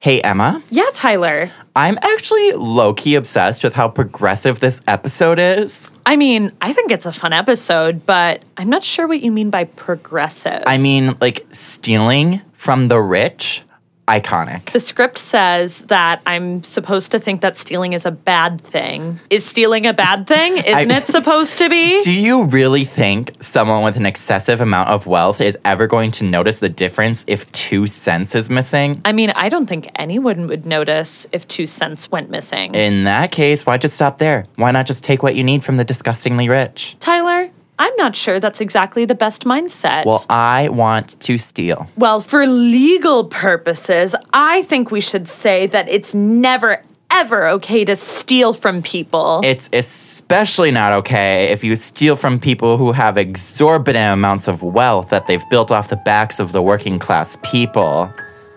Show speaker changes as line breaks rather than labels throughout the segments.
Hey, Emma.
Yeah, Tyler.
I'm actually low key obsessed with how progressive this episode is.
I mean, I think it's a fun episode, but I'm not sure what you mean by progressive.
I mean, like stealing from the rich, iconic.
the script says that I'm supposed to think that stealing is a bad thing. Is stealing a bad thing? Isn't it supposed to be?
Do you really think someone with an excessive amount of wealth is ever going to notice the difference if two cents is missing?
I mean, I don't think anyone would notice if two cents went missing.
In that case, why just stop there? Why not just take what you need from the disgustingly rich?
Tyler, I'm not sure that's exactly the best mindset.
Well, I want to steal.
Well, for legal purposes, I think we should say that it's never, ever okay to steal from people.
It's especially not okay if you steal from people who have exorbitant amounts of wealth that they've built off the backs of the working class people.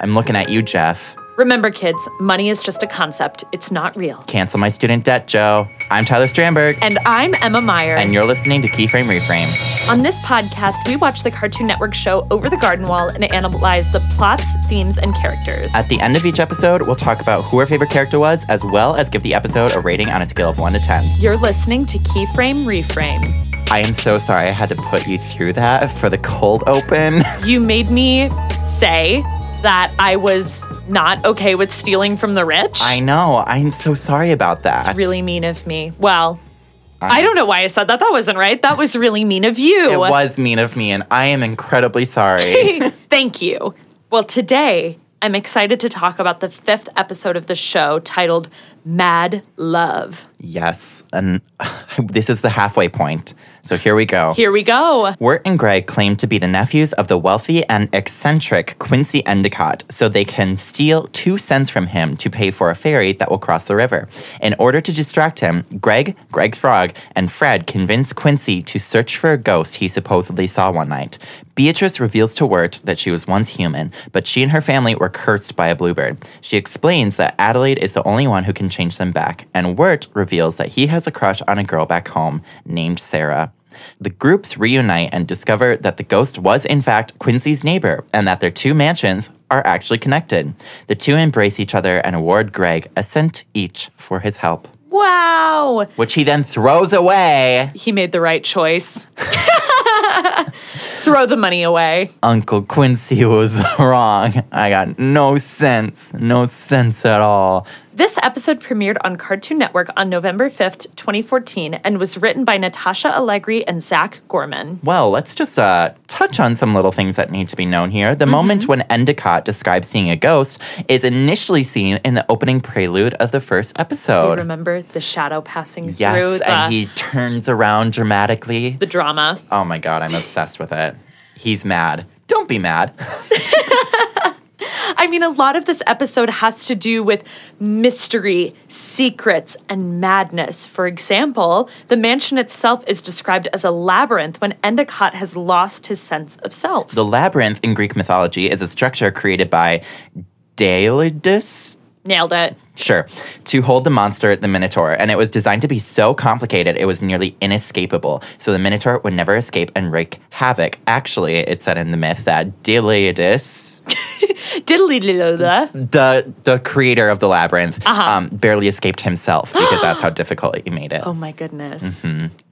I'm looking at you, Jeff.
Remember, kids, money is just a concept, it's not real.
Cancel my student debt, Joe. I'm Tyler Strandberg,
And I'm Emma Meyer.
and you're listening to Keyframe Reframe.
On this podcast, we watch the Cartoon Network show Over the Garden Wall and analyze the plots, themes, and characters.
At the end of each episode, we'll talk about who our favorite character was, as well as give the episode a rating on a scale of 1 to 10.
You're listening to Keyframe Reframe.
I am so sorry I had to put you through that for the cold open.
You made me say that I was not okay with stealing from the rich.
I know. I'm so sorry about that.
It's really mean of me. Well, I don't know why I said that. That wasn't right. That was really mean of you.
It was mean of me, and I am incredibly sorry.
Thank you. Well, today I'm excited to talk about the fifth episode of the show titled Mad Love.
Yes, and this is the halfway point. So here we go.
Here we go.
Wirt and Greg claim to be the nephews of the wealthy and eccentric Quincy Endicott, so they can steal two cents from him to pay for a ferry that will cross the river. In order to distract him, Greg, Greg's frog, and Fred convince Quincy to search for a ghost he supposedly saw one night. Beatrice reveals to Wirt that she was once human, but she and her family were cursed by a bluebird. She explains that Adelaide is the only one who can change them back, and Wirt reveals that he has a crush on a girl back home named Sarah. The groups reunite and discover that the ghost was, in fact, Quincy's neighbor and that their two mansions are actually connected. The two embrace each other and award Greg a cent each for his help,
Wow.
which he then throws away.
He made the right choice. Throw the money away.
Uncle Quincy was wrong. I got no sense, no sense at all.
This episode premiered on Cartoon Network on November 5th, 2014, and was written by Natasha Allegri and Zach Gorman.
Well, let's just uh, touch on some little things that need to be known here. The moment when Endicott describes seeing a ghost is initially seen in the opening prelude of the first
You
episode.
remember the shadow passing through
Yes,
the,
and he turns around dramatically.
the drama.
Oh my god, I'm obsessed with it. He's mad. Don't be mad.
I mean, a lot of this episode has to do with mystery, secrets, and madness. For example, the mansion itself is described as a labyrinth when Endicott has lost his sense of self.
The labyrinth in Greek mythology is a structure created by Daedalus,
Nailed it.
Sure. To hold the monster, the Minotaur, and it was designed to be so complicated it was nearly inescapable. So the Minotaur would never escape and wreak havoc. Actually, it said in the myth that Deleidus,
Diddly
Mm-hmm.
diddly.
the the creator of the labyrinth, um, barely escaped himself because that's how difficult he made it.
Oh my goodness.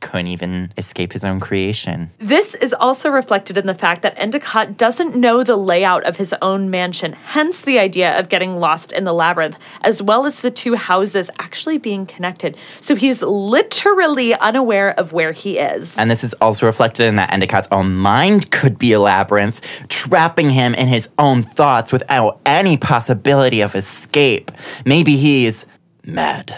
Couldn't even escape his own creation.
This is also reflected in the fact that Endicott doesn't know the layout of his own mansion, hence the idea of getting lost in the labyrinth, as well as the two houses actually being connected. So he's literally unaware of where he is.
And this is also reflected in that Endicott's own mind could be a labyrinth, trapping him in his own thoughts without any possibility of escape. Maybe he's mad.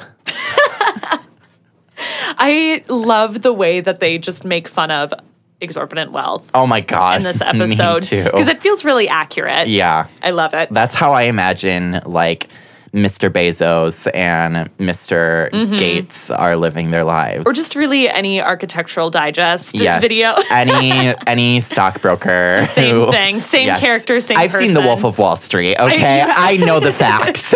I love the way that they just make fun of exorbitant wealth
Oh my god!
in this episode
Me too.
because it feels really accurate.
yeah,
I love it.
that's how I imagine like Mr. Bezos and mister Gates are living their lives,
Mm-hmm. or just really any architectural digest
yes.
video.
any any stockbroker.
Same
who-
thing, same
Yes.
character, same
I've seen The
person.
Wolf of Wall Street. Okay, I know the facts.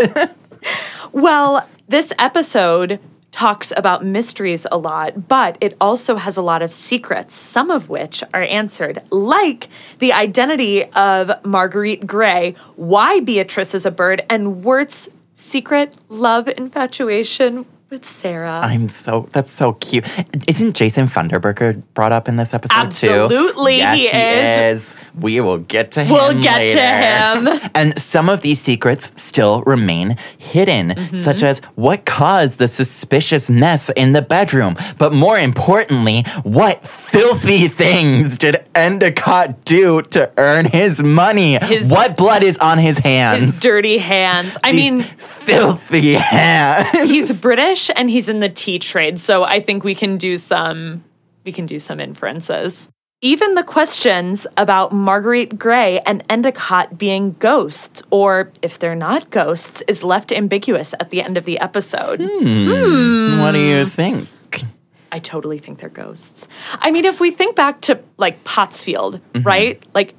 Well, this episode talks about mysteries a lot, but it also has a lot of secrets, some of which are answered, like the identity of Marguerite Gray, why Beatrice is a bird, and Wirt's secret love infatuation with Sarah.
I'm so that's so cute. Isn't Jason Funderburker brought up in this episode too?
Absolutely,
yes,
he
he
is.
is. We will get to him.
We'll get to
later.
him.
And some of these secrets still remain hidden,
Mm-hmm.
such as what caused the suspicious mess in the bedroom, but more importantly, what filthy things did Endicott do to earn his money?
His-
what blood is on his hands?
his dirty hands. I
These
mean,
filthy hands.
he's British and he's in the tea trade, so I think we can do some we can do some inferences. Even the questions about Marguerite Gray and Endicott being ghosts, or if they're not ghosts, is left ambiguous at the end of the episode.
Hmm. What do you think?
I totally think they're ghosts. I mean, if we think back to like Pottsfield, right? Like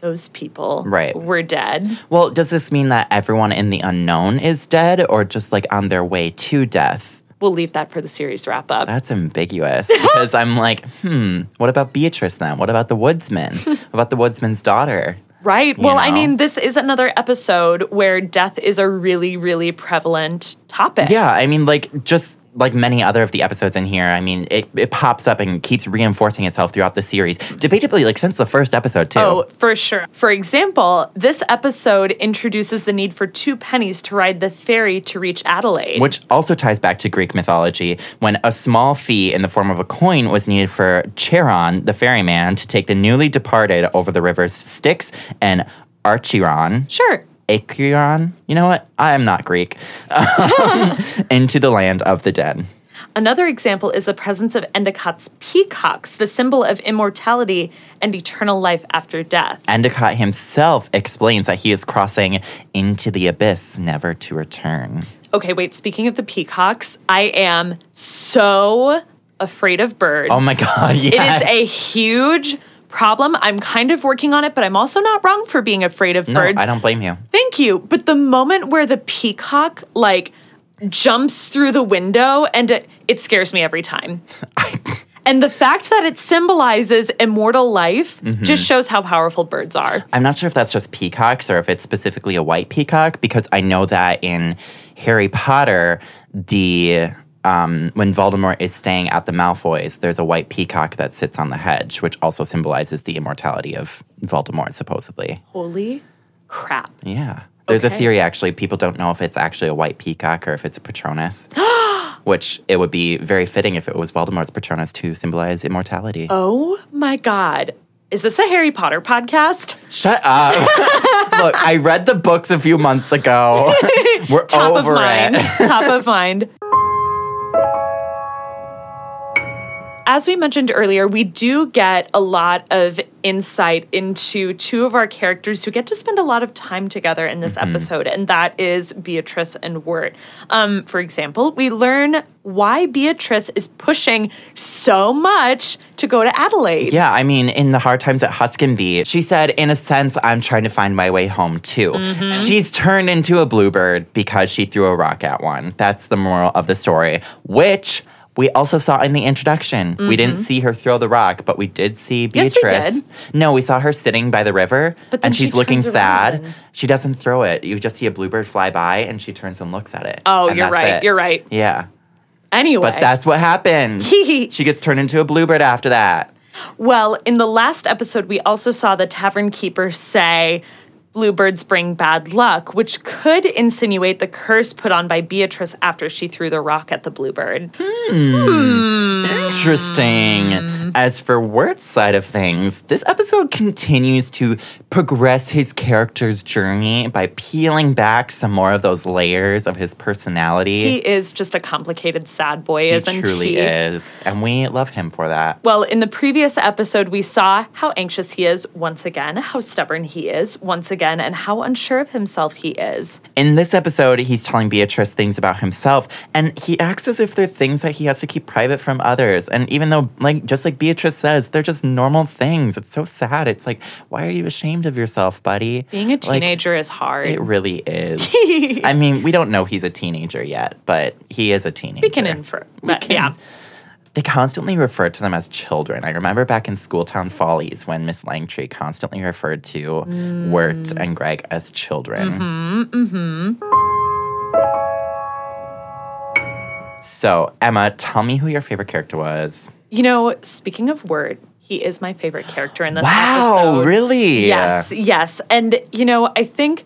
those people
Mm-hmm. Right.
were dead.
Well, does this mean that everyone in the unknown is dead or just like on their way to death?
We'll leave that for the series wrap up.
That's ambiguous because I'm like, hmm, what about Beatrice then? What about the woodsman? What about the woodsman's daughter?
Right. Well, I
know?
mean, this is another episode where death is a really, really prevalent topic.
Yeah, I mean, like, just like many other of the episodes in here, I mean, it, it pops up and keeps reinforcing itself throughout the series, debatably, like, since the first episode, too.
Oh, for sure. For example, this episode introduces the need for two pennies to ride the ferry to reach Adelaide.
Which also ties back to Greek mythology when a small fee in the form of a coin was needed for Charon, the ferryman, to take the newly departed over the rivers Styx and Archiron.
sure.
Acheron? You know what? I am not Greek. into the land of the dead.
Another example is the presence of Endicott's peacocks, the symbol of immortality and eternal life after death.
Endicott himself explains that he is crossing into the abyss, never to return.
Okay, wait, speaking of the peacocks, I am so afraid of birds.
Oh my god,
It is
yes.
a huge problem. I'm kind of working on it, but I'm also not wrong for being afraid of
no,
birds.
I don't blame you.
Thank you. But the moment where the peacock like jumps through the window and it, it scares me every time. and the fact that it symbolizes immortal life
Mm-hmm.
just shows how powerful birds are.
I'm not sure if that's just peacocks or if it's specifically a white peacock because I know that in Harry Potter, the um, when Voldemort is staying at the Malfoys, there's a white peacock that sits on the hedge, which also symbolizes the immortality of Voldemort, supposedly.
Holy crap.
Yeah. There's
Okay.
a theory actually. People don't know if it's actually a white peacock or if it's a Patronus, which it would be very fitting if it was Voldemort's Patronus to symbolize immortality.
Oh my god. Is this a Harry Potter podcast?
Shut up. Look, I read the books a few months ago. We're
Top
over
of mind.
it.
Top of mind. As we mentioned earlier, we do get a lot of insight into two of our characters who get to spend a lot of time together in
Mm-hmm.
this episode, and that is Beatrice and Wirt. Um, for example, we learn why Beatrice is pushing so much to go to Adelaide.
Yeah, I mean, in the hard times at Huskinbee, she said, in a sense, I'm trying to find my way home too.
Mm-hmm.
She's turned into a bluebird because she threw a rock at one. That's the moral of the story, which we also saw in the introduction. We didn't see her throw the rock, but we did see
Mm-hmm. Yes,
Beatrice.
we did.
No, we saw her sitting by the river
But then
and
she
she's looking
turns
sad.
around.
She doesn't throw it. You just see a bluebird fly by and she turns and looks at it.
Oh,
And
you're
that's
right.
it.
You're right.
Yeah.
Anyway,
But that's what happened. she gets turned into a bluebird after that.
Well, in the last episode, we also saw the tavern keeper say, Bluebirds bring bad luck, which could insinuate the curse put on by Beatrice after she threw the rock at the bluebird.
Hmm. Interesting. As for Wirt's side of things, this episode continues to progress his character's journey by peeling back some more of those layers of his personality.
He is just a complicated sad boy, isn't
truly
he?
is. And we love him for that.
Well, in the previous episode, we saw how anxious he is once again, how stubborn he is once again and how unsure of himself he is.
In this episode, he's telling Beatrice things about himself, and he acts as if they're things that he has to keep private from others. And even though, like, just like Beatrice says, they're just normal things. It's so sad. It's like, why are you ashamed of yourself, buddy?
Being a
Like,
teenager is hard.
it really is. I mean, we don't know he's a teenager yet, but he is a teenager.
we can infer. But, Yeah.
They constantly refer to them as children. I remember back in Schooltown Follies when Miss Langtry constantly referred to Wirt and Greg as children. Mm-hmm, mm-hmm. So, Emma, tell me who your favorite character was.
You know, speaking of word, he is my favorite character in this
Wow,
episode.
really?
Yes, yes. And, you know, I think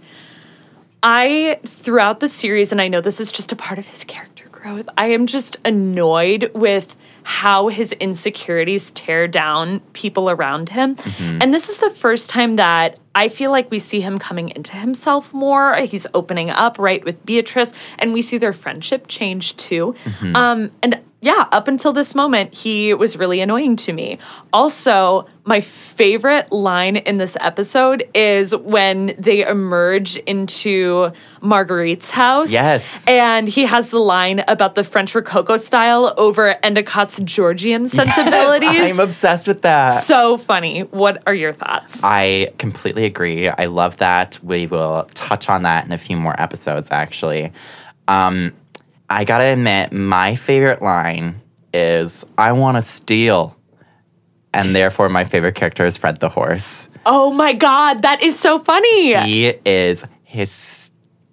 I, throughout the series, and I know this is just a part of his character growth, I am just annoyed with how his insecurities tear down people around him. And this is the first time that I feel like we see him coming into himself more. He's opening up, right, with Beatrice, and we see their friendship change too. Um, and yeah, up until this moment, he was really annoying to me. Also, my favorite line in this episode is when they emerge into Marguerite's house.
Yes.
And he has the line about the French Rococo style over Endicott's Georgian sensibilities.
I'm obsessed with that.
so funny. What are your thoughts?
I completely agree. I love that. We will touch on that in a few more episodes, actually. Um, I gotta admit, my favorite line is I wanna steal. And therefore, my favorite character is Fred the Horse.
oh my God, that is so funny.
He is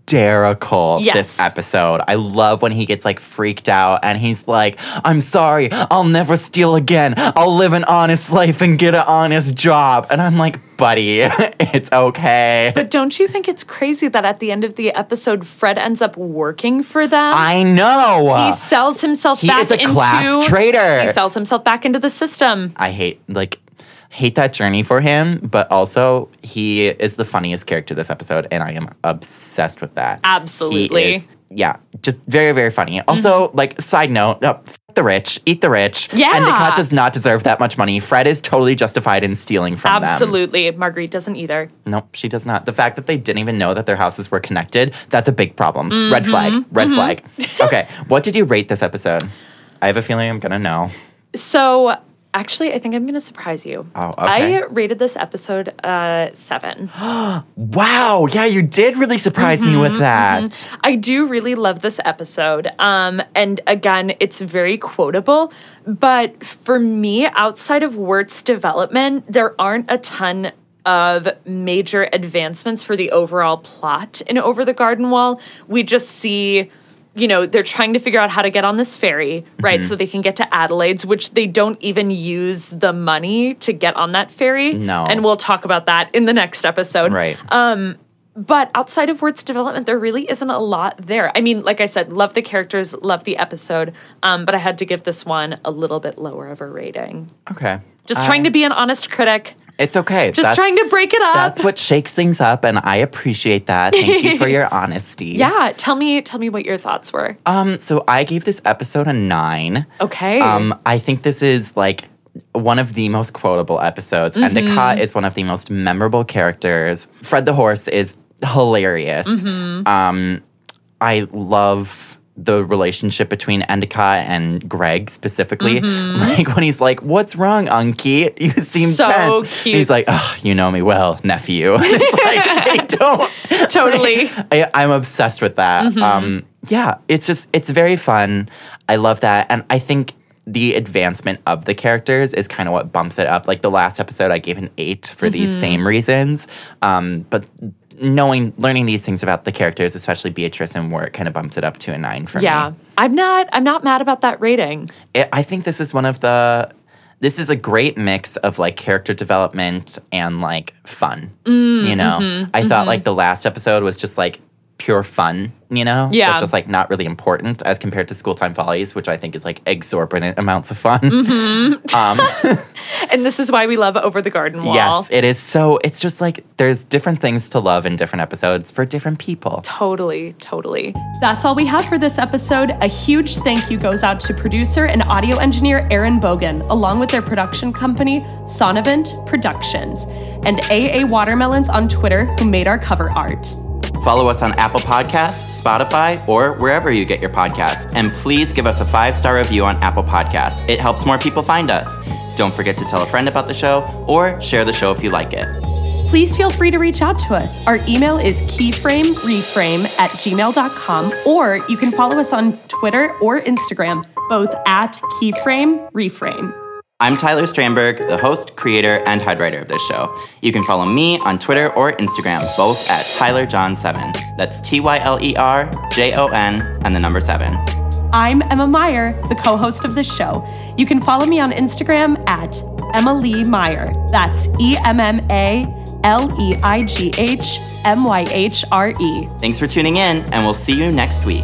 hysterical
Yes.
this episode. I love when he gets like freaked out and he's like, I'm sorry, I'll never steal again. I'll live an honest life and get an honest job. And I'm like, buddy, it's okay.
But don't you think it's crazy that at the end of the episode, Fred ends up working for them?
I know.
he sells himself
he
back
is a
into
class traitor.
He sells himself back into the system.
I hate like hate that journey for him, but also he is the funniest character this episode, and I am obsessed with that. He
Absolutely. Mm-hmm.
is- yeah, just very very funny. Also, like side note. Oh, f- the rich, eat the rich.
Yeah.
Endicott does not deserve that much money. Fred is totally justified in stealing from them.
Absolutely. Marguerite doesn't either.
Nope, she does not. The fact that they didn't even know that their houses were connected, that's a big problem.
Mm-hmm.
Red flag, red flag. okay, what did you rate this episode? I have a feeling I'm gonna know.
So actually, I think I'm going to surprise you.
Oh, okay.
I rated this episode uh, seven.
Wow, yeah, you did really surprise me
Mm-hmm,
with that.
I do really love this episode. Um, and again, it's very quotable. But for me, outside of Wirt's development, there aren't a ton of major advancements for the overall plot in Over the Garden Wall. We just see. You know, they're trying to figure out how to get on this ferry, right?
Mm-hmm.
So they can get to Adelaide's, which they don't even use the money to get on that ferry.
No.
And we'll talk about that in the next episode.
Right.
Um, But outside of Word's development, there really isn't a lot there. I mean, like I said, love the characters, love the episode, um, but I had to give this one a little bit lower of a rating.
okay.
Just trying to be an honest critic,
It's okay.
just trying to break it up.
That's what shakes things up, and I appreciate that. Thank you for your honesty.
Yeah, tell me, tell me what your thoughts were.
Um, so I gave this episode a nine.
Okay,
Um, I think this is like one of the most quotable episodes.
Mm-hmm.
Endicott is one of the most memorable characters. Fred the Horse is hilarious.
Mm-hmm.
Um, I love the relationship between Endicott and Greg specifically. Like when he's like, "What's wrong, Unky? You seem
Mm-hmm. So
tense." And
cute.
he's like, "Oh, you know me well, nephew." it's like they don't
totally. Mm-hmm.
I, I'm obsessed with that. Um, yeah, it's just it's very fun. I love that, and I think the advancement of the characters is kind of what bumps it up. Like the last episode, I gave an eight for
Mm-hmm.
these same reasons, um, but knowing learning these things about the characters, especially Beatrice and Wirt, kind of bumps it up to a nine for
Yeah,
me.
I'm not, I'm not mad about that rating.
It, I think this is one of the. This is a great mix of like character development and like fun. you know, I thought like the last episode was just like pure fun, you know?
Yeah.
They're just like not really important as compared to school time follies, which I think is like exorbitant amounts of fun. Um,
And this is why we love Over the Garden Wall.
Yes, it is so it's just like there's different things to love in different episodes for different people.
Totally, totally. That's all we have for this episode. A huge thank you goes out to producer and audio engineer Aaron Bogan, along with their production company, Sonavent Productions, and AA Watermelons on Twitter, who made our cover art.
Follow us on Apple Podcasts, Spotify, or wherever you get your podcasts. And please give us a five star review on Apple Podcasts. It helps more people find us. Don't forget to tell a friend about the show or share the show if you like it.
Please feel free to reach out to us. Our email is keyframereframe at gmail.com, or you can follow us on Twitter or Instagram, both at keyframe reframe.
I'm Tyler Strandberg, the host, creator, and head writer of this show. You can follow me on Twitter or Instagram, both at TylerJohn7. That's T Y L E R J O N and the number seven.
I'm Emma Meyer, the co host of this show. You can follow me on Instagram at Emma Lee Meyer. That's E M M A L E I G H M Y E. H R E.
Thanks for tuning in, and we'll see you next week.